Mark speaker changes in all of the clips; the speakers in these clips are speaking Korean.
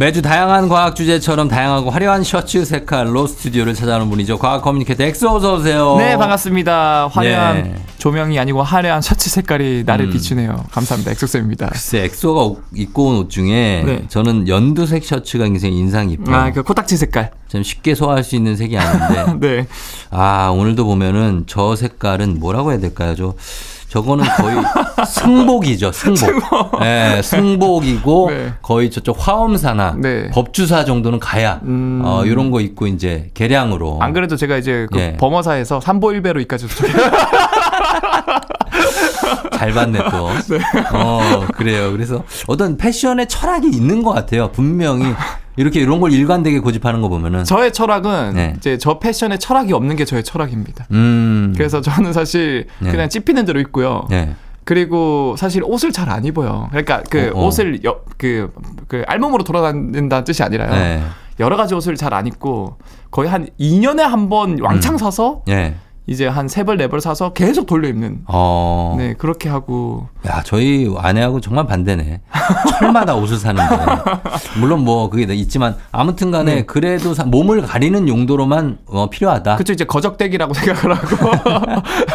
Speaker 1: 매주 다양한 과학 주제처럼 다양하고 화려한 셔츠 색깔로 스튜디오를 찾아오는 분이죠. 과학 커뮤니케이터 엑소 어서 오세요.
Speaker 2: 네 반갑습니다. 화려한
Speaker 1: 네.
Speaker 2: 조명이 아니고 화려한 셔츠 색깔이 나를
Speaker 1: 음.
Speaker 2: 비추네요. 감사합니다. 엑소쌤입니다.
Speaker 1: 글쎄 엑소가 옷- 입고 온 옷 중에
Speaker 2: 네.
Speaker 1: 저는 연두색 셔츠가 굉장히 인상 깊어요.
Speaker 2: 아그 코딱지 색깔.
Speaker 1: 참 쉽게 소화할 수 있는 색이 아닌데
Speaker 2: 네.
Speaker 1: 아, 오늘도 보면은 저 색깔은 뭐라고 해야 될까요? 저 저거는 거의 승복이죠, 승복. 예, 승복이고
Speaker 2: 네.
Speaker 1: 거의 저쪽 화엄사나
Speaker 2: 네.
Speaker 1: 법주사 정도는 가야
Speaker 2: 음.
Speaker 1: 어, 요런 거 입고 이제 계량으로
Speaker 2: 안 그래도 제가 이제 그
Speaker 1: 예.
Speaker 2: 범어사에서 삼보일배로 이까지
Speaker 1: 잘 봤네 또. 어, 그래요. 그래서 어떤 패션의 철학이 있는 것 같아요. 분명히 이렇게 이런 걸 일관되게 고집하는 거 보면은
Speaker 2: 저의 철학은
Speaker 1: 네.
Speaker 2: 이제 저 패션에 철학이 없는 게 저의 철학입니다.
Speaker 1: 음.
Speaker 2: 그래서 저는 사실
Speaker 1: 네.
Speaker 2: 그냥 찝히는 대로 입고요.
Speaker 1: 예.
Speaker 2: 그리고 사실 옷을 잘 안 입어요. 그러니까 그
Speaker 1: 어, 어.
Speaker 2: 옷을 여- 그, 그 알몸으로 돌아다닌다는 뜻이 아니라요.
Speaker 1: 예.
Speaker 2: 여러 가지 옷을 잘 안 입고 거의 한 2년에 한 번 왕창 사서
Speaker 1: 예.
Speaker 2: 이제 한 세 벌 네 벌 사서 계속 돌려 입는.
Speaker 1: 어.
Speaker 2: 네, 그렇게 하고.
Speaker 1: 야, 저희 아내하고 정말 반대네. 철마다 옷을 사는데. 물론 뭐 그게 있지만 아무튼 간에 그래도 사- 몸을 가리는 용도로만 어, 필요하다.
Speaker 2: 네. 그쵸, 이제 거적대기라고 생각을 하고.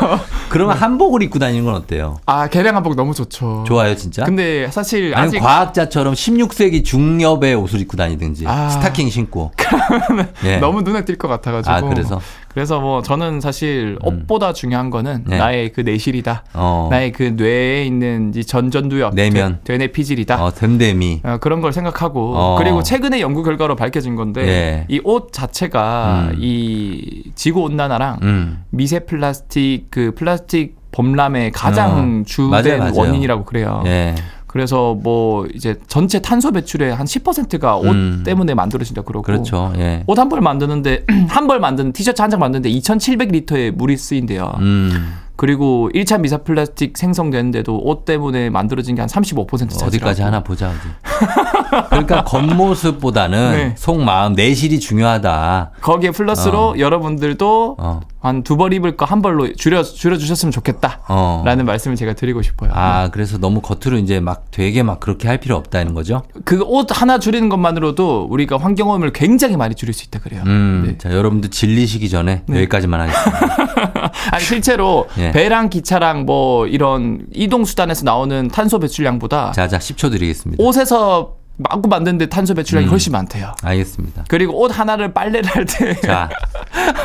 Speaker 1: 그,
Speaker 2: 네.
Speaker 1: 러면 한복을 입고 다니는 건 어때요?
Speaker 2: 아, 개량 한복 너무 좋죠.
Speaker 1: 좋아요, 진짜?
Speaker 2: 근데 사실
Speaker 1: 아니
Speaker 2: 아직.
Speaker 1: 과학자처럼 16세기 중엽의 옷을 입고 다니든지
Speaker 2: 아.
Speaker 1: 스타킹 신고. 예.
Speaker 2: 너무 눈에 띌 것 같아가지고.
Speaker 1: 아, 그래서? 음.
Speaker 2: 그래서 뭐 저는 사실 옷보다 중요한 거는
Speaker 1: 네.
Speaker 2: 나의 그 내실이다.
Speaker 1: 어.
Speaker 2: 나의 그 뇌에 있는 이 전전두엽.
Speaker 1: 내면.
Speaker 2: 되, 되뇌 피질이다.
Speaker 1: 어, 됨됨이.
Speaker 2: 어, 그런 걸 생각하고
Speaker 1: 어.
Speaker 2: 그리고 최근에 연구 결과로 밝혀진 건데
Speaker 1: 예.
Speaker 2: 이 옷 자체가
Speaker 1: 음.
Speaker 2: 이 지구 온난화랑
Speaker 1: 음.
Speaker 2: 미세 플라스틱 그 플라스틱 범람의 가장 주된
Speaker 1: 어, 맞아요, 맞아요.
Speaker 2: 원인이라고 그래요.
Speaker 1: 예.
Speaker 2: 어. 그래서 뭐 이제 전체 탄소 배출의 한 10%가 옷
Speaker 1: 음.
Speaker 2: 때문에 만들어진다 그러고
Speaker 1: 그렇죠. 예.
Speaker 2: 옷 한 벌 만드는데 한 벌 만드는 티셔츠 한 장 만드는데 2,700리터의 물이 쓰인대요.
Speaker 1: 음.
Speaker 2: 그리고 1차 미세 플라스틱 생성되는데도 옷 때문에 만들어진 게 한 35% 차지라고.
Speaker 1: 어디까지 하나 보자 어디. 그러니까 겉모습보다는
Speaker 2: 네.
Speaker 1: 속마음 내실이 중요하다.
Speaker 2: 거기에 플러스로 여러분들도
Speaker 1: 어.
Speaker 2: 한 두 벌 입을 거 한 벌로 줄여 줄여 주셨으면
Speaker 1: 어.
Speaker 2: 좋겠다라는 말씀을 제가 드리고 싶어요.
Speaker 1: 아, 그래서 너무 겉으로 이제 막 되게 막 그렇게 할 필요 없다는 거죠?
Speaker 2: 그 옷 하나 줄이는 것만으로도 우리가 환경오염을 굉장히 많이 줄일 수 있다 그래요.
Speaker 1: 음.
Speaker 2: 네.
Speaker 1: 자, 여러분들 질리시기 전에 여기까지만 하겠습니다.
Speaker 2: 아니 실제로
Speaker 1: 예.
Speaker 2: 배랑 기차랑 뭐 이런 이동 수단에서 나오는 탄소 배출량보다
Speaker 1: 자, 자, 10초 드리겠습니다.
Speaker 2: 옷에서 마구 만드는데 탄소
Speaker 1: 음.
Speaker 2: 배출량이 훨씬 많대요.
Speaker 1: 알겠습니다.
Speaker 2: 그리고 옷 하나를 빨래를 할 때.
Speaker 1: 자.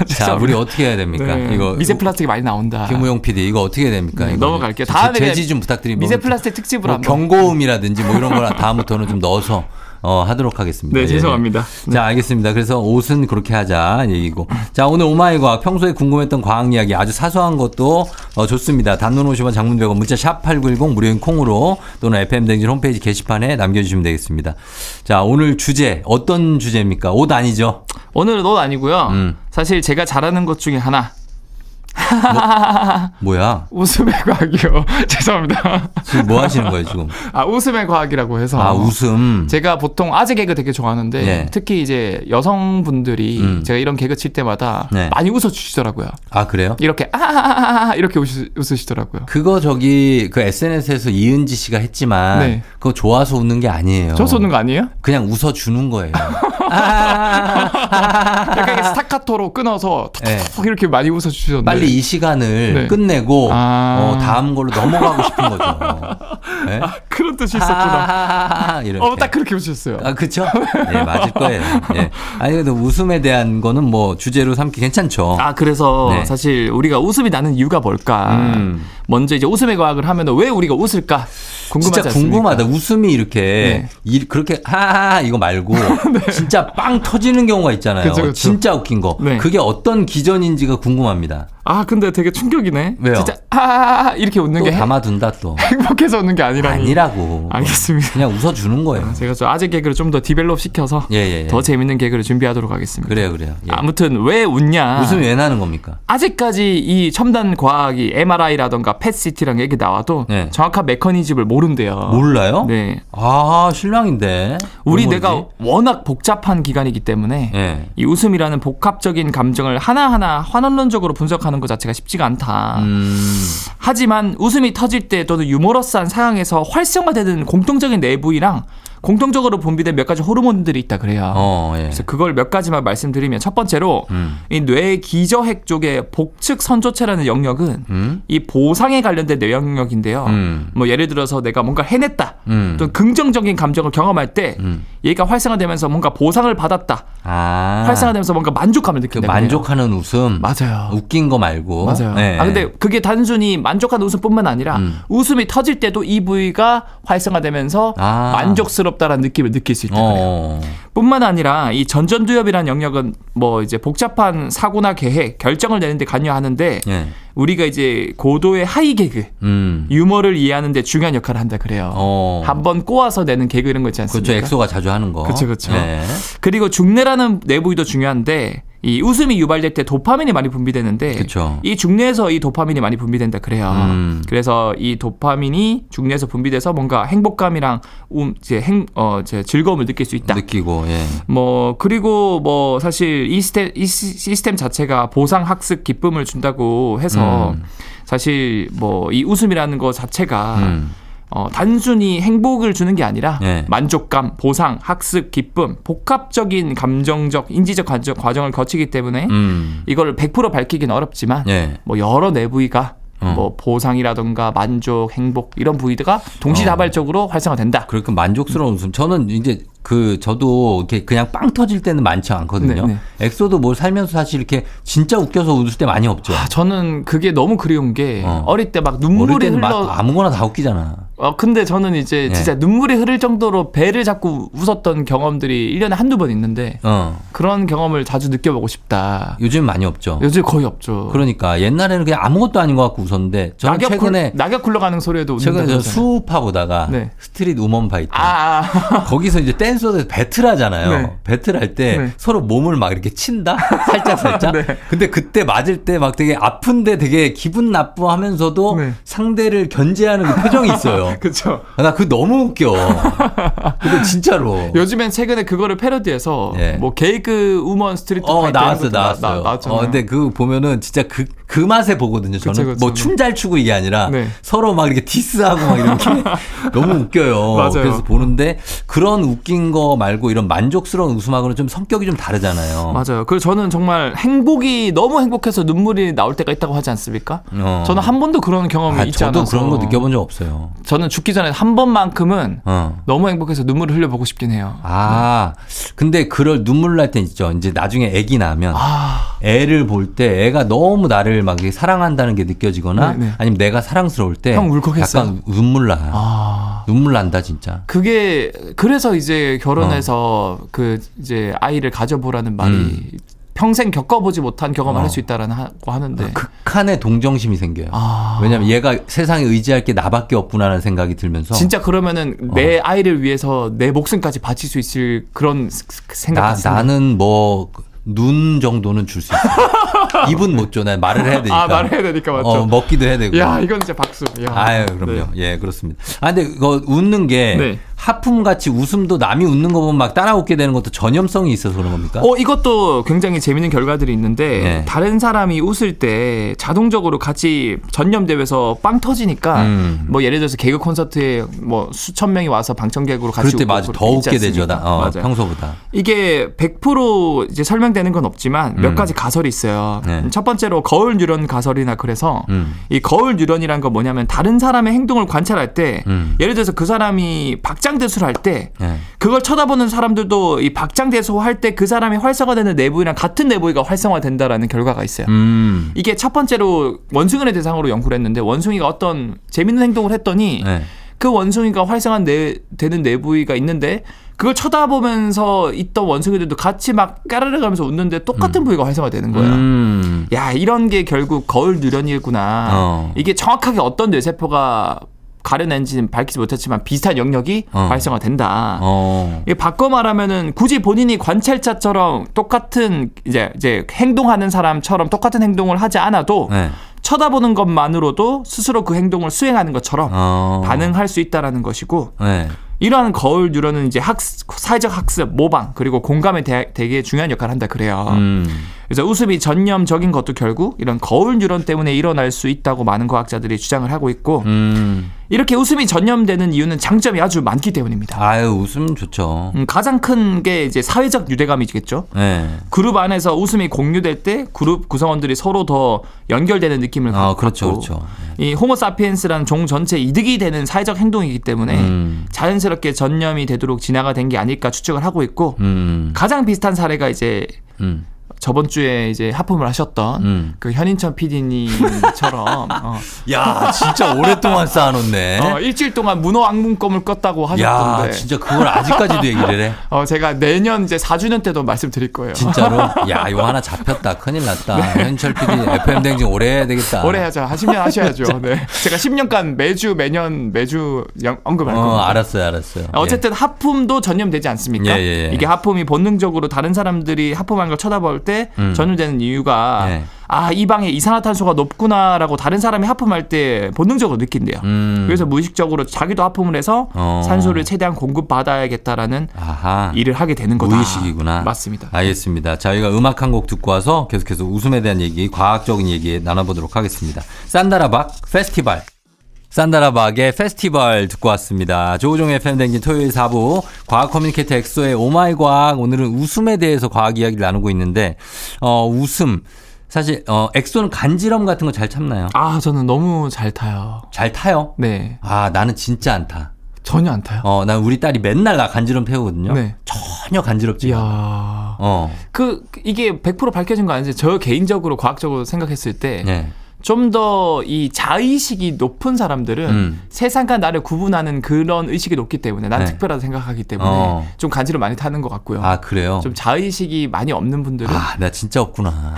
Speaker 1: 자, 우리 어떻게 해야 됩니까?
Speaker 2: 네.
Speaker 1: 이거
Speaker 2: 미세 플라스틱이 많이 나온다.
Speaker 1: 김우용 PD 이거 어떻게 해야 됩니까?
Speaker 2: 네,
Speaker 1: 이거
Speaker 2: 넘어갈게요.
Speaker 1: 제-
Speaker 2: 다음에
Speaker 1: 제지 좀 부탁드립니다.
Speaker 2: 미세
Speaker 1: 뭐
Speaker 2: 플라스틱 특집으로
Speaker 1: 뭐
Speaker 2: 한번.
Speaker 1: 경고음이라든지 뭐 이런 거나 다음부터는 좀 넣어서 어, 하도록 하겠습니다.
Speaker 2: 네,
Speaker 1: 예.
Speaker 2: 죄송합니다.
Speaker 1: 자, 알겠습니다. 그래서 옷은 그렇게 하자 얘기고. 자, 오늘 오마이 과학 평소에 궁금했던 과학 이야기 아주 사소한 것도 어, 좋습니다. 단문 50원 장문 100원 문자 샵 8910 무료인 콩으로 또는 FM 댕진 홈페이지 게시판에 남겨 주시면 되겠습니다. 자, 오늘 주제 어떤 주제입니까? 옷 아니죠?
Speaker 2: 오늘은 옷 아니고요.
Speaker 1: 음.
Speaker 2: 사실 제가 잘하는 것 중에 하나.
Speaker 1: 뭐야?
Speaker 2: 웃음의 과학이요. 죄송합니다.
Speaker 1: 지금 뭐 하시는 거예요, 지금?
Speaker 2: 아, 웃음의 과학이라고 해서.
Speaker 1: 아, 웃음.
Speaker 2: 제가 보통 아재 개그 되게 좋아하는데
Speaker 1: 예.
Speaker 2: 특히 이제 여성분들이
Speaker 1: 음.
Speaker 2: 제가 이런 개그 칠 때마다
Speaker 1: 네.
Speaker 2: 많이 웃어 주시더라고요.
Speaker 1: 아, 그래요?
Speaker 2: 이렇게 아하하하 이렇게 웃으, 웃으시더라고요.
Speaker 1: 그거 저기 그 SNS에서 이은지 씨가 했지만
Speaker 2: 네.
Speaker 1: 그거 좋아서 웃는 게 아니에요.
Speaker 2: 저 쏘는 거 아니에요?
Speaker 1: 그냥 웃어 주는 거예요.
Speaker 2: 약간 이렇게 스타카토로 끊어서 톡톡
Speaker 1: 예.
Speaker 2: 이렇게 많이 웃어 주셨는데
Speaker 1: 빨리 이 시간을
Speaker 2: 네.
Speaker 1: 끝내고
Speaker 2: 아.
Speaker 1: 어, 다음 걸로 넘어가고 싶은 거죠. 네?
Speaker 2: 그런 뜻이 있었구나.
Speaker 1: 아, 이렇게.
Speaker 2: 어, 딱 그렇게 웃으셨어요.
Speaker 1: 아, 그쵸? 예, 맞을 거예요. 예. 아니, 그래도 웃음에 대한 거는 뭐 주제로 삼기 괜찮죠.
Speaker 2: 아 그래서
Speaker 1: 네.
Speaker 2: 사실 우리가 웃음이 나는 이유가 뭘까?
Speaker 1: 음.
Speaker 2: 먼저 이제 웃음의 과학을 하면 왜 우리가 웃을까? 궁금하지
Speaker 1: 진짜
Speaker 2: 않습니까?
Speaker 1: 궁금하다. 웃음이 이렇게
Speaker 2: 네.
Speaker 1: 이- 그렇게 하하 이거 말고 진짜 빵 터지는 경우가 있잖아요.
Speaker 2: 그쵸, 그쵸.
Speaker 1: 진짜 웃긴 거.
Speaker 2: 네.
Speaker 1: 그게 어떤 기전인지가 궁금합니다.
Speaker 2: 아 근데 되게 충격이네.
Speaker 1: 왜요?
Speaker 2: 진짜 아 이렇게 웃는
Speaker 1: 또
Speaker 2: 게
Speaker 1: 담아둔다 또.
Speaker 2: 행복해서 웃는 게 아니라니.
Speaker 1: 아니라고.
Speaker 2: 알겠습니다.
Speaker 1: 그냥 웃어주는 거예요.
Speaker 2: 제가 좀 아재 개그를 좀 더 디벨롭 시켜서
Speaker 1: 예, 예, 예.
Speaker 2: 더 재밌는 개그를 준비하도록 하겠습니다.
Speaker 1: 그래요, 그래요. 예.
Speaker 2: 아무튼 왜 웃냐?
Speaker 1: 웃음이 왜 나는 겁니까?
Speaker 2: 아직까지 이 첨단 과학이 MRI라던가 PET-CT라는 얘기 나와도
Speaker 1: 네.
Speaker 2: 정확한 메커니즘을 모른대요.
Speaker 1: 몰라요?
Speaker 2: 네.
Speaker 1: 아, 신랑인데.
Speaker 2: 우리
Speaker 1: 왜
Speaker 2: 뇌가
Speaker 1: 모르지?
Speaker 2: 워낙 복잡한 기관이기 때문에
Speaker 1: 예.
Speaker 2: 이 웃음이라는 복합적인 감정을 하나하나 환원론적으로 분석하는 것 자체가 쉽지가 않다.
Speaker 1: 음,
Speaker 2: 하지만 웃음이 터질 때 또는 유머러스한 상황에서 활성화되는 공통적인 내부이랑 공통적으로 분비된 몇 가지 호르몬들이 있다 그래요.
Speaker 1: 어, 예.
Speaker 2: 그래서 그걸 몇 가지만 말씀드리면 첫 번째로
Speaker 1: 음.
Speaker 2: 이 뇌의 기저핵 쪽의 복측 선조체라는 영역은
Speaker 1: 음,
Speaker 2: 이 보상에 관련된 뇌 영역인데요.
Speaker 1: 음.
Speaker 2: 뭐 예를 들어서 내가 뭔가 해냈다.
Speaker 1: 음.
Speaker 2: 또는 긍정적인 감정을 경험할 때
Speaker 1: 음.
Speaker 2: 얘가 활성화되면서 뭔가 보상을 받았다.
Speaker 1: 아.
Speaker 2: 활성화되면서 뭔가 만족감을
Speaker 1: 그
Speaker 2: 느낀다. 그래요.
Speaker 1: 만족하는 웃음.
Speaker 2: 맞아요.
Speaker 1: 웃긴 거 말고.
Speaker 2: 맞아요.
Speaker 1: 예.
Speaker 2: 아 근데 그게 단순히 만족한 웃음뿐만 아니라
Speaker 1: 음.
Speaker 2: 웃음이 터질 때도 이 부위가 활성화되면서
Speaker 1: 아.
Speaker 2: 만족스럽다라는 느낌을 느낄 수 있다 그래요.
Speaker 1: 어.
Speaker 2: 뿐만 아니라 이 전전두엽이라는 영역은 뭐 이제 복잡한 사고나 계획, 결정을 내는데 관여하는데
Speaker 1: 예.
Speaker 2: 우리가 이제 고도의 하이 개그,
Speaker 1: 음.
Speaker 2: 유머를 이해하는데 중요한 역할을 한다 그래요.
Speaker 1: 어.
Speaker 2: 한 번 꼬아서 내는 개그 이런 거 있지 않습니까?
Speaker 1: 그렇죠. 엑소가 자주 하는 거.
Speaker 2: 그쵸, 그쵸.
Speaker 1: 예.
Speaker 2: 그리고 중뇌라는 내부위도 중요한데 이 웃음이 유발될 때 도파민이 많이 분비되는데
Speaker 1: 그쵸.
Speaker 2: 이 중뇌에서 이 도파민이 많이 분비된다 그래요.
Speaker 1: 음.
Speaker 2: 그래서 이 도파민이 중뇌에서 분비돼서 뭔가 행복감이랑 움, 이제 행, 어, 이제 즐거움을 느낄 수 있다.
Speaker 1: 느끼고. 예.
Speaker 2: 뭐 그리고 뭐 사실 이 시스템, 이 시- 시스템 자체가 보상 학습 기쁨을 준다고 해서
Speaker 1: 음.
Speaker 2: 사실 뭐 이 웃음이라는 거 자체가
Speaker 1: 음.
Speaker 2: 어, 단순히 행복을 주는 게 아니라
Speaker 1: 네.
Speaker 2: 만족감, 보상, 학습, 기쁨, 복합적인 감정적, 인지적 과정, 과정을 거치기 때문에
Speaker 1: 음.
Speaker 2: 이걸 100% 밝히긴 어렵지만
Speaker 1: 예.
Speaker 2: 뭐 여러 내부위가
Speaker 1: 어.
Speaker 2: 뭐 보상이라던가 만족, 행복 이런 부위가
Speaker 1: 어.
Speaker 2: 동시다발적으로 활성화된다.
Speaker 1: 그렇게 그러니까 만족스러운 웃음. 저는 이제 그 저도 이렇게 그냥 빵 터질 때는 많지 않거든요.
Speaker 2: 네,
Speaker 1: 엑소도 뭘 살면서 사실 이렇게 진짜 웃겨서 웃을 때 많이 없죠.
Speaker 2: 아, 저는 그게 너무 그리운 게
Speaker 1: 어.
Speaker 2: 어. 릴 때 막
Speaker 1: 어릴
Speaker 2: 눈물이
Speaker 1: 때는
Speaker 2: 흘러
Speaker 1: 막 아무거나 다 웃기잖아.
Speaker 2: 어, 근데 저는 이제
Speaker 1: 네.
Speaker 2: 진짜 눈물이 흐를 정도로 배를 잡고 웃었던 경험들이 1년에 한두 번 있는데
Speaker 1: 어.
Speaker 2: 그런 경험을 자주 느껴보고 싶다.
Speaker 1: 요즘 많이 없죠.
Speaker 2: 요즘 거의 없죠.
Speaker 1: 어. 그러니까 옛날에는 그냥 아무것도 아닌 것 같고 웃었는데 저는
Speaker 2: 낙엽
Speaker 1: 최근에
Speaker 2: 굴, 낙엽 굴러가는 소리에도 웃는다
Speaker 1: 최근에 저
Speaker 2: 그러잖아요.
Speaker 1: 수우파 보다가
Speaker 2: 네.
Speaker 1: 스트릿 우먼 파이터
Speaker 2: 아, 아.
Speaker 1: 거기서 이제 댄서들 배틀하잖아요.
Speaker 2: 네.
Speaker 1: 배틀할 때
Speaker 2: 네.
Speaker 1: 서로 몸을 막 이렇게 친다 살짝 살짝.
Speaker 2: 네.
Speaker 1: 근데 그때 맞을 때 막 되게 아픈데 되게 기분 나쁘하면서도
Speaker 2: 네.
Speaker 1: 상대를 견제하는 그 표정이 있어요.
Speaker 2: 그렇죠.
Speaker 1: 나 그 너무 웃겨. 근데 진짜로.
Speaker 2: 요즘엔 최근에 그거를 패러디해서
Speaker 1: 예.
Speaker 2: 뭐 게이그 우먼 스트리트
Speaker 1: 어
Speaker 2: 파이터
Speaker 1: 나왔어
Speaker 2: 이런 것도 나-
Speaker 1: 나왔어요.
Speaker 2: 나- 나왔잖아요.
Speaker 1: 어 근데 그 보면은 진짜 그 그 맛에 보거든요. 저는
Speaker 2: 그쵸,
Speaker 1: 뭐
Speaker 2: 그쵸.
Speaker 1: 춤 잘 추고 이게 아니라
Speaker 2: 네.
Speaker 1: 서로 막 이렇게 디스하고 막 이렇게 너무 웃겨요.
Speaker 2: 맞아요.
Speaker 1: 그래서 보는데 그런 웃긴 거 말고 이런 만족스러운 웃음하고는 좀 성격이 좀 다르잖아요.
Speaker 2: 맞아요. 그리고 저는 정말 행복이 너무 행복해서 눈물이 나올 때가 있다고 하지 않습니까?
Speaker 1: 어.
Speaker 2: 저는 한 번도 그런 경험이
Speaker 1: 아,
Speaker 2: 있지
Speaker 1: 저도
Speaker 2: 않아서
Speaker 1: 그런 거 느껴본 적 없어요.
Speaker 2: 저는 죽기 전에 한 번만큼은
Speaker 1: 어.
Speaker 2: 너무 행복해서 눈물을 흘려보고 싶긴 해요.
Speaker 1: 아, 근데 그럴 눈물 날 때 있죠. 이제 나중에 애기 나면
Speaker 2: 아,
Speaker 1: 애를 볼 때 애가 너무 나를 막 이렇게 사랑한다는 게 느껴지거나
Speaker 2: 네, 네.
Speaker 1: 아니면 내가 사랑스러울 때
Speaker 2: 형 울컥했어요?
Speaker 1: 약간 눈물 나.
Speaker 2: 아.
Speaker 1: 눈물 난다 진짜.
Speaker 2: 그게 그래서 이제 결혼해서
Speaker 1: 어.
Speaker 2: 그 이제 아이를 가져보라는 말이 평생 겪어보지 못한
Speaker 1: 음.
Speaker 2: 경험을
Speaker 1: 어.
Speaker 2: 할 수 있다라고 하는데
Speaker 1: 네. 극한의 동정심이 생겨요.
Speaker 2: 그- 아.
Speaker 1: 왜냐면 얘가 세상에 의지할 게 나밖에 없구나라는 생각이 들면서
Speaker 2: 진짜 그러면은
Speaker 1: 어.
Speaker 2: 내 아이를 위해서 내 목숨까지 바칠 수 있을 그런 스- 스- 생각
Speaker 1: 나,
Speaker 2: 같습니다.
Speaker 1: 나는 뭐 눈 정도는 줄 수 있어. 입은 못 줘. 나 말을 해야 되니까.
Speaker 2: 아 말해야 되니까 맞죠.
Speaker 1: 어, 먹기도 해야 되고.
Speaker 2: 야 이건 진짜 박수. 야.
Speaker 1: 아유, 그럼요. 예, 그렇습니다. 아, 근데 그거 웃는 게
Speaker 2: 네.
Speaker 1: 하품 같이 웃음도 남이 웃는 거 보면 막 따라 웃게 되는 것도 전염성이 있어서 그런 겁니까?
Speaker 2: 어 이것도 굉장히 재밌는 결과들이 있는데
Speaker 1: 네.
Speaker 2: 다른 사람이 웃을 때 자동적으로 같이 전념 대회에서 빵 터지니까
Speaker 1: 음.
Speaker 2: 뭐 예를 들어서 개그 콘서트에 뭐 수천 명이 와서 방청객으로 같이
Speaker 1: 그럴 때
Speaker 2: 웃고
Speaker 1: 맞아.
Speaker 2: 그렇게
Speaker 1: 더
Speaker 2: 있지
Speaker 1: 웃게 되죠.
Speaker 2: 않습니까?
Speaker 1: 나, 어,
Speaker 2: 맞아요.
Speaker 1: 평소보다.
Speaker 2: 이게 100% 이제 설명되는 건 없지만 몇 가지 가설이 있어요.
Speaker 1: 음.
Speaker 2: 음,
Speaker 1: 네.
Speaker 2: 첫 번째로 거울 뉴런 가설이나 그래서
Speaker 1: 음.
Speaker 2: 이 거울 뉴런이란 건 뭐냐면 다른 사람의 행동을 관찰할 때
Speaker 1: 음.
Speaker 2: 예를 들어서 그 사람이 박장대소를 할 때
Speaker 1: 예.
Speaker 2: 그걸 쳐다보는 사람들도 이 박장대소 할 때 그 사람이 활성화되는 내부이랑 같은 내부위가 활성화된다라는 결과가 있어요.
Speaker 1: 음.
Speaker 2: 이게 첫 번째로 원숭이를 대상으로 연구를 했는데 원숭이가 어떤 재밌는 행동을 했더니
Speaker 1: 예.
Speaker 2: 그 원숭이가 활성화 내, 되는 내부위가 있는데 그걸 쳐다보면서 있던 원숭이들도 같이 막 까르르 가면서 웃는데 똑같은 부위가 활성화되는 거예요.
Speaker 1: 음.
Speaker 2: 야 이런 게 결국 거울 뉴런이구나.
Speaker 1: 어.
Speaker 2: 이게 정확하게 어떤 뇌세포가 가려낸지는 밝히지 못했지만 비슷한 영역이
Speaker 1: 어.
Speaker 2: 활성화된다.
Speaker 1: 어.
Speaker 2: 이게 바꿔 말하면은 굳이 본인이 관찰자처럼 똑같은 이제 이제 행동하는 사람처럼 똑같은 행동을 하지 않아도
Speaker 1: 네.
Speaker 2: 쳐다보는 것만으로도 스스로 그 행동을 수행하는 것처럼
Speaker 1: 어.
Speaker 2: 반응할 수 있다라는 것이고
Speaker 1: 네.
Speaker 2: 이러한 거울 뉴런은 이제 학 사회적 학습, 모방 그리고 공감에 대, 되게 중요한 역할을 한다 그래요.
Speaker 1: 음.
Speaker 2: 그래서 웃음이 전념적인 것도 결국 이런 거울 뉴런 때문에 일어날 수 있다고 많은 과학자들이 주장을 하고 있고
Speaker 1: 음.
Speaker 2: 이렇게 웃음이 전념되는 이유는 장점이 아주 많기 때문입니다.
Speaker 1: 아유, 웃음 좋죠.
Speaker 2: 음, 가장 큰 게 이제 사회적 유대감이겠죠.
Speaker 1: 네.
Speaker 2: 그룹 안에서 웃음이 공유될 때 그룹 구성원들이 서로 더 연결되는 느낌을
Speaker 1: 아,
Speaker 2: 갖고
Speaker 1: 그렇죠, 그렇죠.
Speaker 2: 이 호모사피엔스라는 종 전체 이득이 되는 사회적 행동이기 때문에
Speaker 1: 음.
Speaker 2: 자연스럽게 전념이 되도록 진화가 된 게 아닐까 추측을 하고 있고
Speaker 1: 음.
Speaker 2: 가장 비슷한 사례가 이제
Speaker 1: 음.
Speaker 2: 저번 주에 이제 하품을 하셨던
Speaker 1: 음.
Speaker 2: 그 현인천 PD님처럼 어,
Speaker 1: 야, 진짜 오랫동안 쌓아놓네.
Speaker 2: 어, 일주일 동안 문어 악문검을 껐다고 아, 하셨던데
Speaker 1: 야, 진짜 그걸 아직까지도 얘기를 해.
Speaker 2: 어, 제가 내년 이제 4주년 때도 말씀드릴 거예요.
Speaker 1: 진짜로? 야, 이거 하나 잡혔다. 큰일 났다. 현철 PD FM 댕진 오래 해야 되겠다.
Speaker 2: 네. 오래 하자. 10년 하셔야죠. 네. 제가 10년간 매주 매년 매주 영- 언급할
Speaker 1: 어,
Speaker 2: 겁니다.
Speaker 1: 알았어요, 알았어요.
Speaker 2: 아, 어쨌든 하품도 전염되지 않습니까?
Speaker 1: 예, 예, 예.
Speaker 2: 이게 하품이 본능적으로 다른 사람들이 하품한 걸 쳐다볼 때
Speaker 1: 음.
Speaker 2: 전염되는 이유가
Speaker 1: 예.
Speaker 2: 아, 이 방에 이산화탄소가 높구나라고 다른 사람이 하품할 때 본능적으로 느낀대요.
Speaker 1: 음.
Speaker 2: 그래서 무의식적으로 자기도 하품을 해서
Speaker 1: 어.
Speaker 2: 산소를 최대한 공급받아야겠다라는
Speaker 1: 아하.
Speaker 2: 일을 하게 되는 거다.
Speaker 1: 무의식이구나.
Speaker 2: 맞습니다.
Speaker 1: 알겠습니다. 저희가 음악 한 곡 듣고 와서 계속해서 웃음에 대한 얘기, 과학적인 얘기 나눠보도록 하겠습니다. 산다라박 페스티벌. 산다라박의 페스티벌 듣고 왔습니다. 조우종의 팬댕진 토요일 4부 과학 커뮤니케이터 엑소의 오마이 과학 오늘은 웃음에 대해서 과학 이야기를 나누고 있는데 어 웃음 사실 어 엑소는 간지럼 같은 거 잘 참나요?
Speaker 2: 아, 저는 너무 잘 타요.
Speaker 1: 잘 타요?
Speaker 2: 네.
Speaker 1: 아 나는 진짜 안 타.
Speaker 2: 전혀 안 타요.
Speaker 1: 어 난 우리 딸이 맨날 나 간지럼 태우거든요.
Speaker 2: 네.
Speaker 1: 전혀 간지럽지. 않아.
Speaker 2: 이야.
Speaker 1: 어.
Speaker 2: 그 이게 100% 밝혀진 거 아닌데 저 개인적으로 과학적으로 생각했을
Speaker 1: 네.
Speaker 2: 때 좀 더 이 자의식이 높은 사람들은
Speaker 1: 음.
Speaker 2: 세상과 나를 구분하는 그런 의식이 높기 때문에 난
Speaker 1: 네.
Speaker 2: 특별하다 생각하기 때문에
Speaker 1: 어.
Speaker 2: 좀 간지를 많이 타는 것 같고요.
Speaker 1: 아 그래요.
Speaker 2: 좀 자의식이 많이 없는 분들은
Speaker 1: 아, 나 진짜 없구나.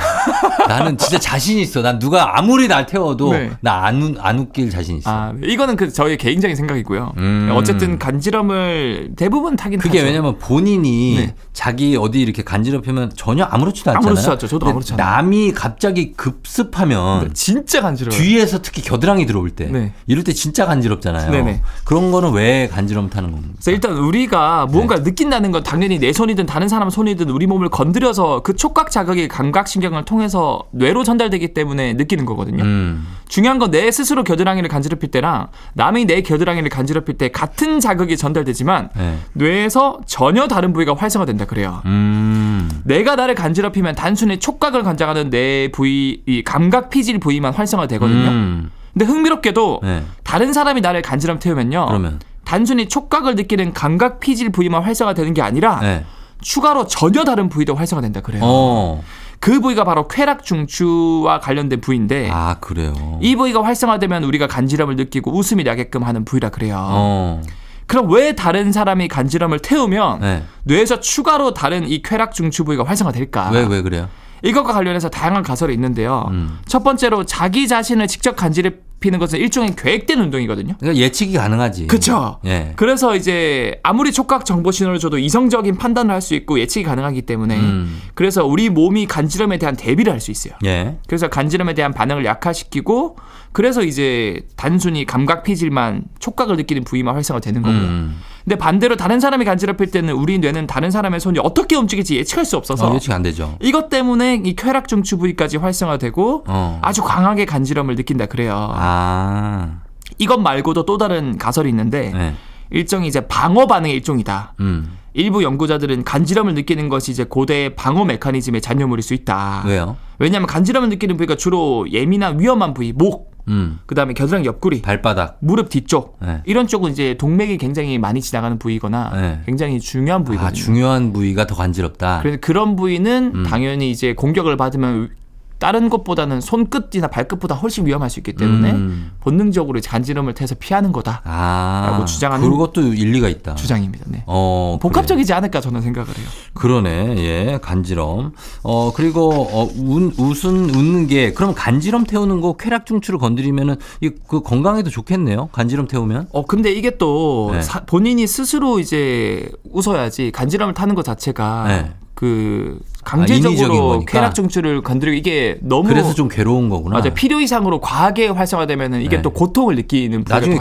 Speaker 1: 나는 진짜 자신 있어. 난 누가 아무리 날 태워도
Speaker 2: 네.
Speaker 1: 나 안 안 웃길 자신 있어.
Speaker 2: 아, 이거는 그 저의 개인적인 생각이고요.
Speaker 1: 음.
Speaker 2: 어쨌든 간지럼을 대부분 타긴
Speaker 1: 그게
Speaker 2: 하죠.
Speaker 1: 왜냐면 본인이
Speaker 2: 네.
Speaker 1: 자기 어디 이렇게 간지럽히면 전혀 아무렇지도 않잖아요.
Speaker 2: 아무렇지도 않죠. 저도
Speaker 1: 근데
Speaker 2: 아무렇지 않아요.
Speaker 1: 남이 갑자기 급습하면
Speaker 2: 진짜 간지러워요.
Speaker 1: 뒤에서 특히 겨드랑이 들어올 때
Speaker 2: 네.
Speaker 1: 이럴 때 진짜 간지럽잖아요.
Speaker 2: 네네.
Speaker 1: 그런 거는 왜 간지럼 타는 겁니까?
Speaker 2: 그래서 일단 우리가 무언가를
Speaker 1: 네.
Speaker 2: 느낀다는 건 당연히 내 손이든 다른 사람 손이든 우리 몸을 건드려서 그 촉각 자극이 감각 신경을 통해서 뇌로 전달되기 때문에 느끼는 거거든요.
Speaker 1: 음.
Speaker 2: 중요한 건 내 스스로 겨드랑이를 간지럽힐 때랑 남이 내 겨드랑이를 간지럽힐 때 같은 자극이 전달되지만
Speaker 1: 네.
Speaker 2: 뇌에서 전혀 다른 부위가 활성화된다 그래요.
Speaker 1: 음.
Speaker 2: 내가 나를 간지럽히면 단순히 촉각을 관장하는 내 부위, 이 감각 피질 부위만 활성화되거든요. 어.
Speaker 1: 음.
Speaker 2: 근데 흥미롭게도
Speaker 1: 네.
Speaker 2: 다른 사람이 나를 간지럼 태우면요.
Speaker 1: 그러면
Speaker 2: 단순히 촉각을 느끼는 감각 피질 부위만 활성화되는 게 아니라 네.
Speaker 1: 네.
Speaker 2: 추가로 전혀 다른 부위도 활성화된다 그래요.
Speaker 1: 어.
Speaker 2: 그 부위가 바로 쾌락 중추와 관련된 부위인데
Speaker 1: 아, 그래요.
Speaker 2: 이 부위가 활성화되면 우리가 간지럼을 느끼고 웃음이 나게끔 하는 부위라 그래요.
Speaker 1: 어.
Speaker 2: 그럼 왜 다른 사람이 간지럼을 태우면
Speaker 1: 네.
Speaker 2: 뇌에서 추가로 다른 이 쾌락 중추 부위가 활성화될까?
Speaker 1: 왜 왜 그래요?
Speaker 2: 이것과 관련해서 다양한 가설이 있는데요.
Speaker 1: 음.
Speaker 2: 첫 번째로 자기 자신을 직접 간지럽히는 것은 일종의 계획된 운동이거든요.
Speaker 1: 그러니까 예측이 가능하지.
Speaker 2: 그쵸?
Speaker 1: 예.
Speaker 2: 그래서 이제 아무리 촉각 정보 신호를 줘도 이성적인 판단을 할 수 있고 예측이 가능하기 때문에
Speaker 1: 음.
Speaker 2: 그래서 우리 몸이 간지럼에 대한 대비를 할 수 있어요.
Speaker 1: 예.
Speaker 2: 그래서 간지럼에 대한 반응을 약화시키고 그래서 이제 단순히 감각 피질만 촉각을 느끼는 부위만 활성화되는 거고요.
Speaker 1: 음.
Speaker 2: 근데 반대로 다른 사람이 간지럽힐 때는 우리 뇌는 다른 사람의 손이 어떻게 움직일지 예측할 수 없어서
Speaker 1: 어, 예측 안 되죠.
Speaker 2: 이것 때문에 이 쾌락 중추 부위까지 활성화되고
Speaker 1: 어.
Speaker 2: 아주 강하게 간지럼을 느낀다 그래요.
Speaker 1: 아.
Speaker 2: 이것 말고도 또 다른 가설이 있는데
Speaker 1: 예.
Speaker 2: 일종의 이제 방어 반응의 일종이다.
Speaker 1: 음.
Speaker 2: 일부 연구자들은 간지럼을 느끼는 것이 이제 고대의 방어 메커니즘의 잔여물일 수 있다.
Speaker 1: 왜요?
Speaker 2: 왜냐하면 간지럼을 느끼는 부위가 주로 예민한 위험한 부위, 목,
Speaker 1: 음.
Speaker 2: 그다음에 겨드랑이 옆구리,
Speaker 1: 발바닥.
Speaker 2: 무릎 뒤쪽
Speaker 1: 네.
Speaker 2: 이런 쪽은 이제 동맥이 굉장히 많이 지나가는 부위거나
Speaker 1: 네.
Speaker 2: 굉장히 중요한 부위거든요.
Speaker 1: 아, 중요한 부위가 더 간지럽다.
Speaker 2: 그래서 그런 부위는 당연히 이제 공격을 받으면 다른 것보다는 손끝이나 발끝보다 훨씬 위험할 수 있기 때문에
Speaker 1: 음.
Speaker 2: 본능적으로 간지럼을 태서 피하는 거다
Speaker 1: 아,
Speaker 2: 라고 뭐 주장하는
Speaker 1: 그것도 일리가 있다.
Speaker 2: 주장입니다. 네.
Speaker 1: 어, 그래.
Speaker 2: 복합적이지 않을까 저는 생각을 해요.
Speaker 1: 그러네, 예, 간지럼. 어, 그리고, 어, 운, 웃은, 웃는 게, 그럼 간지럼 태우는 거 쾌락중추를 건드리면은, 이, 그 건강에도 좋겠네요? 간지럼 태우면?
Speaker 2: 어 근데 이게 또
Speaker 1: 네.
Speaker 2: 사- 본인이 스스로 이제 웃어야지 간지럼을 타는 것 자체가
Speaker 1: 네. 아,
Speaker 2: 그
Speaker 1: 인위적인
Speaker 2: 강제적으로
Speaker 1: 거니까.
Speaker 2: 쾌락 중추를 건드리고 이게 너무
Speaker 1: 그래서 좀 괴로운 거구나.
Speaker 2: 맞아 필요 이상으로 과하게 활성화되면 이게
Speaker 1: 네.
Speaker 2: 또 고통을 느끼는 부위가
Speaker 1: 나중에
Speaker 2: 또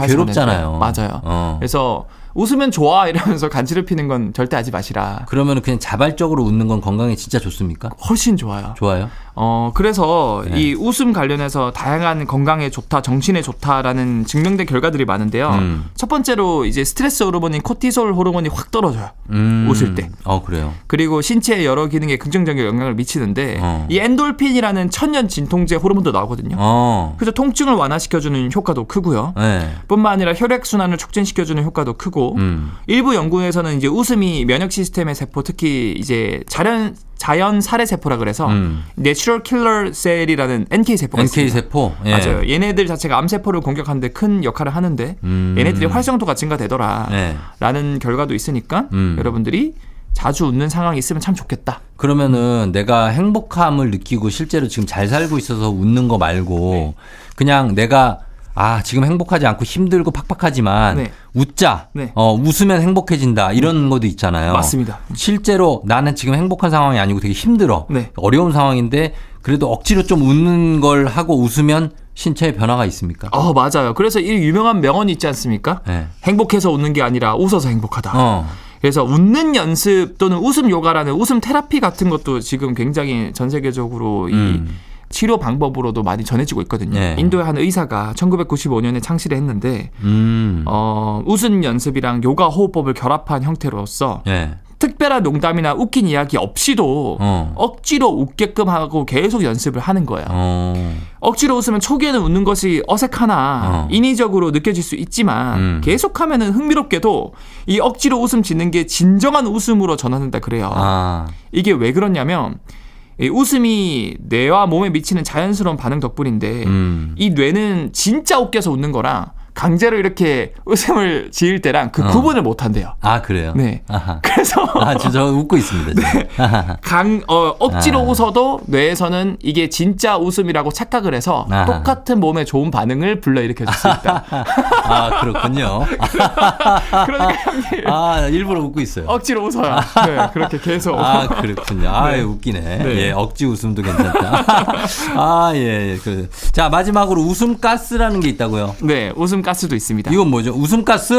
Speaker 1: 괴롭잖아요.
Speaker 2: 활성화되잖아요. 맞아요.
Speaker 1: 어.
Speaker 2: 그래서 웃으면 좋아 이러면서 간지럽히는 건 절대 하지 마시라.
Speaker 1: 그러면 그냥 자발적으로 웃는 건 건강에 진짜 좋습니까?
Speaker 2: 훨씬 좋아요.
Speaker 1: 좋아요.
Speaker 2: 어 그래서
Speaker 1: 네.
Speaker 2: 이 웃음 관련해서 다양한 건강에 좋다, 정신에 좋다라는 증명된 결과들이 많은데요.
Speaker 1: 음.
Speaker 2: 첫 번째로 이제 스트레스 호르몬인 코티솔 호르몬이 확 떨어져요.
Speaker 1: 음.
Speaker 2: 웃을 때.
Speaker 1: 어, 그래요.
Speaker 2: 그리고 신체의 여러 기능에 긍정적인 영향을 미치는데
Speaker 1: 어.
Speaker 2: 이 엔돌핀이라는 천연 진통제 호르몬도 나오거든요.
Speaker 1: 어.
Speaker 2: 그래서 통증을 완화시켜주는 효과도 크고요.
Speaker 1: 네.
Speaker 2: 뿐만 아니라 혈액 순환을 촉진시켜주는 효과도 크고
Speaker 1: 음.
Speaker 2: 일부 연구에서는 이제 웃음이 면역 시스템의 세포 특히 이제 자연 자연 살해 세포라 그래서
Speaker 1: 음.
Speaker 2: 내추럴 킬러 셀이라는 NK 세포가
Speaker 1: NK
Speaker 2: 있습니다.
Speaker 1: 세포. 예.
Speaker 2: 맞아요. 얘네들 자체가 암 세포를 공격하는데 큰 역할을 하는데
Speaker 1: 음.
Speaker 2: 얘네들이 활성도가 증가되더라.
Speaker 1: 네.
Speaker 2: 라는 결과도 있으니까
Speaker 1: 음.
Speaker 2: 여러분들이 자주 웃는 상황이 있으면 참 좋겠다.
Speaker 1: 그러면은 내가 행복함을 느끼고 실제로 지금 잘 살고 있어서 웃는 거 말고
Speaker 2: 네.
Speaker 1: 그냥 내가 아 지금 행복하지 않고 힘들고 팍팍하지만
Speaker 2: 네.
Speaker 1: 웃자
Speaker 2: 네.
Speaker 1: 어 웃으면 행복해진다 이런 것도 있잖아요
Speaker 2: 맞습니다.
Speaker 1: 실제로 나는 지금 행복한 상황이 아니고 되게 힘들어
Speaker 2: 네.
Speaker 1: 어려운 상황인데 그래도 억지로 좀 웃는 걸 하고 웃으면 신체에 변화가 있습니까
Speaker 2: 어, 맞아요. 그래서 이 유명한 명언이 있지 않습니까?
Speaker 1: 네.
Speaker 2: 행복해서 웃는 게 아니라 웃어서 행복하다.
Speaker 1: 어.
Speaker 2: 그래서 웃는 연습 또는 웃음 요가라는 웃음 테라피 같은 것도 지금 굉장히 전 세계적으로 이
Speaker 1: 음.
Speaker 2: 치료 방법으로도 많이 전해지고 있거든요.
Speaker 1: 네.
Speaker 2: 인도의 한 의사가 1995년에 창시를 했는데
Speaker 1: 음.
Speaker 2: 어, 웃음 연습이랑 요가 호흡법을 결합한 형태로서
Speaker 1: 예.
Speaker 2: 특별한 농담이나 웃긴 이야기 없이도
Speaker 1: 어.
Speaker 2: 억지로 웃게끔 하고 계속 연습을 하는 거예요.
Speaker 1: 어.
Speaker 2: 억지로 웃으면 초기에는 웃는 것이 어색하나
Speaker 1: 어.
Speaker 2: 인위적으로 느껴질 수 있지만
Speaker 1: 음.
Speaker 2: 계속하면은 흥미롭게도 이 억지로 웃음 짓는 게 진정한 웃음으로 전환된다 그래요.
Speaker 1: 아.
Speaker 2: 이게 왜 그러냐면 이 웃음이 뇌와 몸에 미치는 자연스러운 반응 덕분인데
Speaker 1: 음.
Speaker 2: 이 뇌는 진짜 웃겨서 웃는 거랑 강제로 이렇게 웃음을 지을 때랑 그
Speaker 1: 어.
Speaker 2: 구분을 못 한대요.
Speaker 1: 아 그래요.
Speaker 2: 네.
Speaker 1: 아하.
Speaker 2: 그래서
Speaker 1: 아, 저, 저 웃고 있습니다. 지금.
Speaker 2: 네.
Speaker 1: 아하.
Speaker 2: 강, 어, 억지로
Speaker 1: 아.
Speaker 2: 웃어도 뇌에서는 이게 진짜 웃음이라고 착각을 해서
Speaker 1: 아.
Speaker 2: 똑같은 몸에 좋은 반응을 불러일으켜 줄 수 있다.
Speaker 1: 아 그렇군요.
Speaker 2: 그러니까 형님,
Speaker 1: 아 일부러 웃고 있어요.
Speaker 2: 억지로 웃어요. 네, 그렇게 계속.
Speaker 1: 아 그렇군요. 아 예, 웃기네. 예, 억지 웃음도 괜찮다. 아 예. 예, 그래. 자 마지막으로 웃음 가스라는 게 있다고요.
Speaker 2: 네, 웃음 가스도 있습니다.
Speaker 1: 이건 뭐죠? 웃음 가스.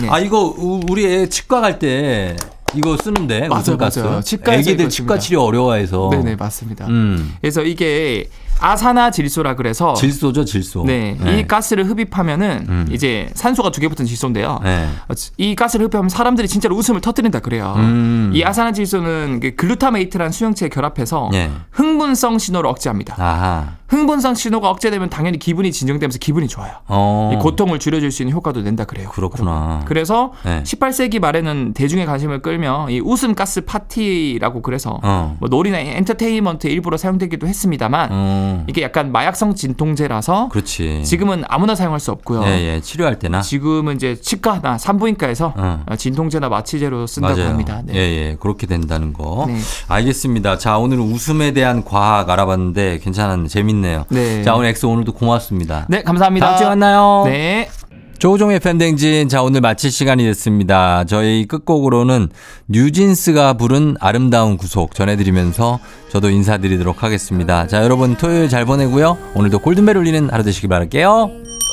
Speaker 2: 네.
Speaker 1: 아 이거 우- 우리 애 치과 갈 때 이거 쓰는데
Speaker 2: 맞아요,
Speaker 1: 웃음 가스.
Speaker 2: 맞아요. 치과에서
Speaker 1: 애기들
Speaker 2: 이거
Speaker 1: 치과
Speaker 2: 씁니다.
Speaker 1: 치료 어려워해서.
Speaker 2: 네네, 맞습니다.
Speaker 1: 음.
Speaker 2: 그래서 이게 아사나 질소라 그래서
Speaker 1: 질소죠 질소.
Speaker 2: 네, 이 가스를 흡입하면은 이제 산소가 두 개 붙은 질소인데요. 어,
Speaker 1: 네.
Speaker 2: 이 가스를 흡입하면 사람들이 진짜로 웃음을 터뜨린다 그래요.
Speaker 1: 음.
Speaker 2: 이 아사나질소는 그 글루타메이트라는 수용체에 결합해서
Speaker 1: 예.
Speaker 2: 흥분성 신호를 억제합니다.
Speaker 1: 아하.
Speaker 2: 흥분성 신호가 억제되면 당연히 기분이 진정되면서 기분이 좋아요.
Speaker 1: 어.
Speaker 2: 이 고통을 줄여줄 수 있는 효과도 낸다 그래요.
Speaker 1: 그렇구나.
Speaker 2: 그래서
Speaker 1: 네.
Speaker 2: 18세기 말에는 대중의 관심을 끌며 이 웃음 가스 파티라고 그래서
Speaker 1: 어.
Speaker 2: 뭐 놀이나 엔터테인먼트에 일부러 사용되기도 했습니다만
Speaker 1: 어.
Speaker 2: 이게 약간 마약성 진통제라서
Speaker 1: 그렇지.
Speaker 2: 지금은 아무나 사용할 수 없고요.
Speaker 1: 예, 예. 치료할 때나.
Speaker 2: 지금은 이제 치과나 산부인과에서
Speaker 1: 어.
Speaker 2: 진통제나 마취제로 쓴다고 합니다. 네.
Speaker 1: 예, 예. 그렇게 된다는 거.
Speaker 2: 네.
Speaker 1: 알겠습니다. 자, 오늘은 웃음에 대한 과학 알아봤는데 괜찮았네. 재밌네요.
Speaker 2: 네.
Speaker 1: 자, 오늘 엑소 오늘도 고맙습니다.
Speaker 2: 네, 감사합니다.
Speaker 1: 다음 주에 만나요.
Speaker 2: 네.
Speaker 1: 조종의 팬댕진. 자, 오늘 마칠 시간이 됐습니다. 저희 끝곡으로는 뉴진스가 부른 아름다운 구속 전해드리면서 저도 인사드리도록 하겠습니다. 자, 여러분 토요일 잘 보내고요. 오늘도 골든벨 울리는 하루 되시길 바랄게요.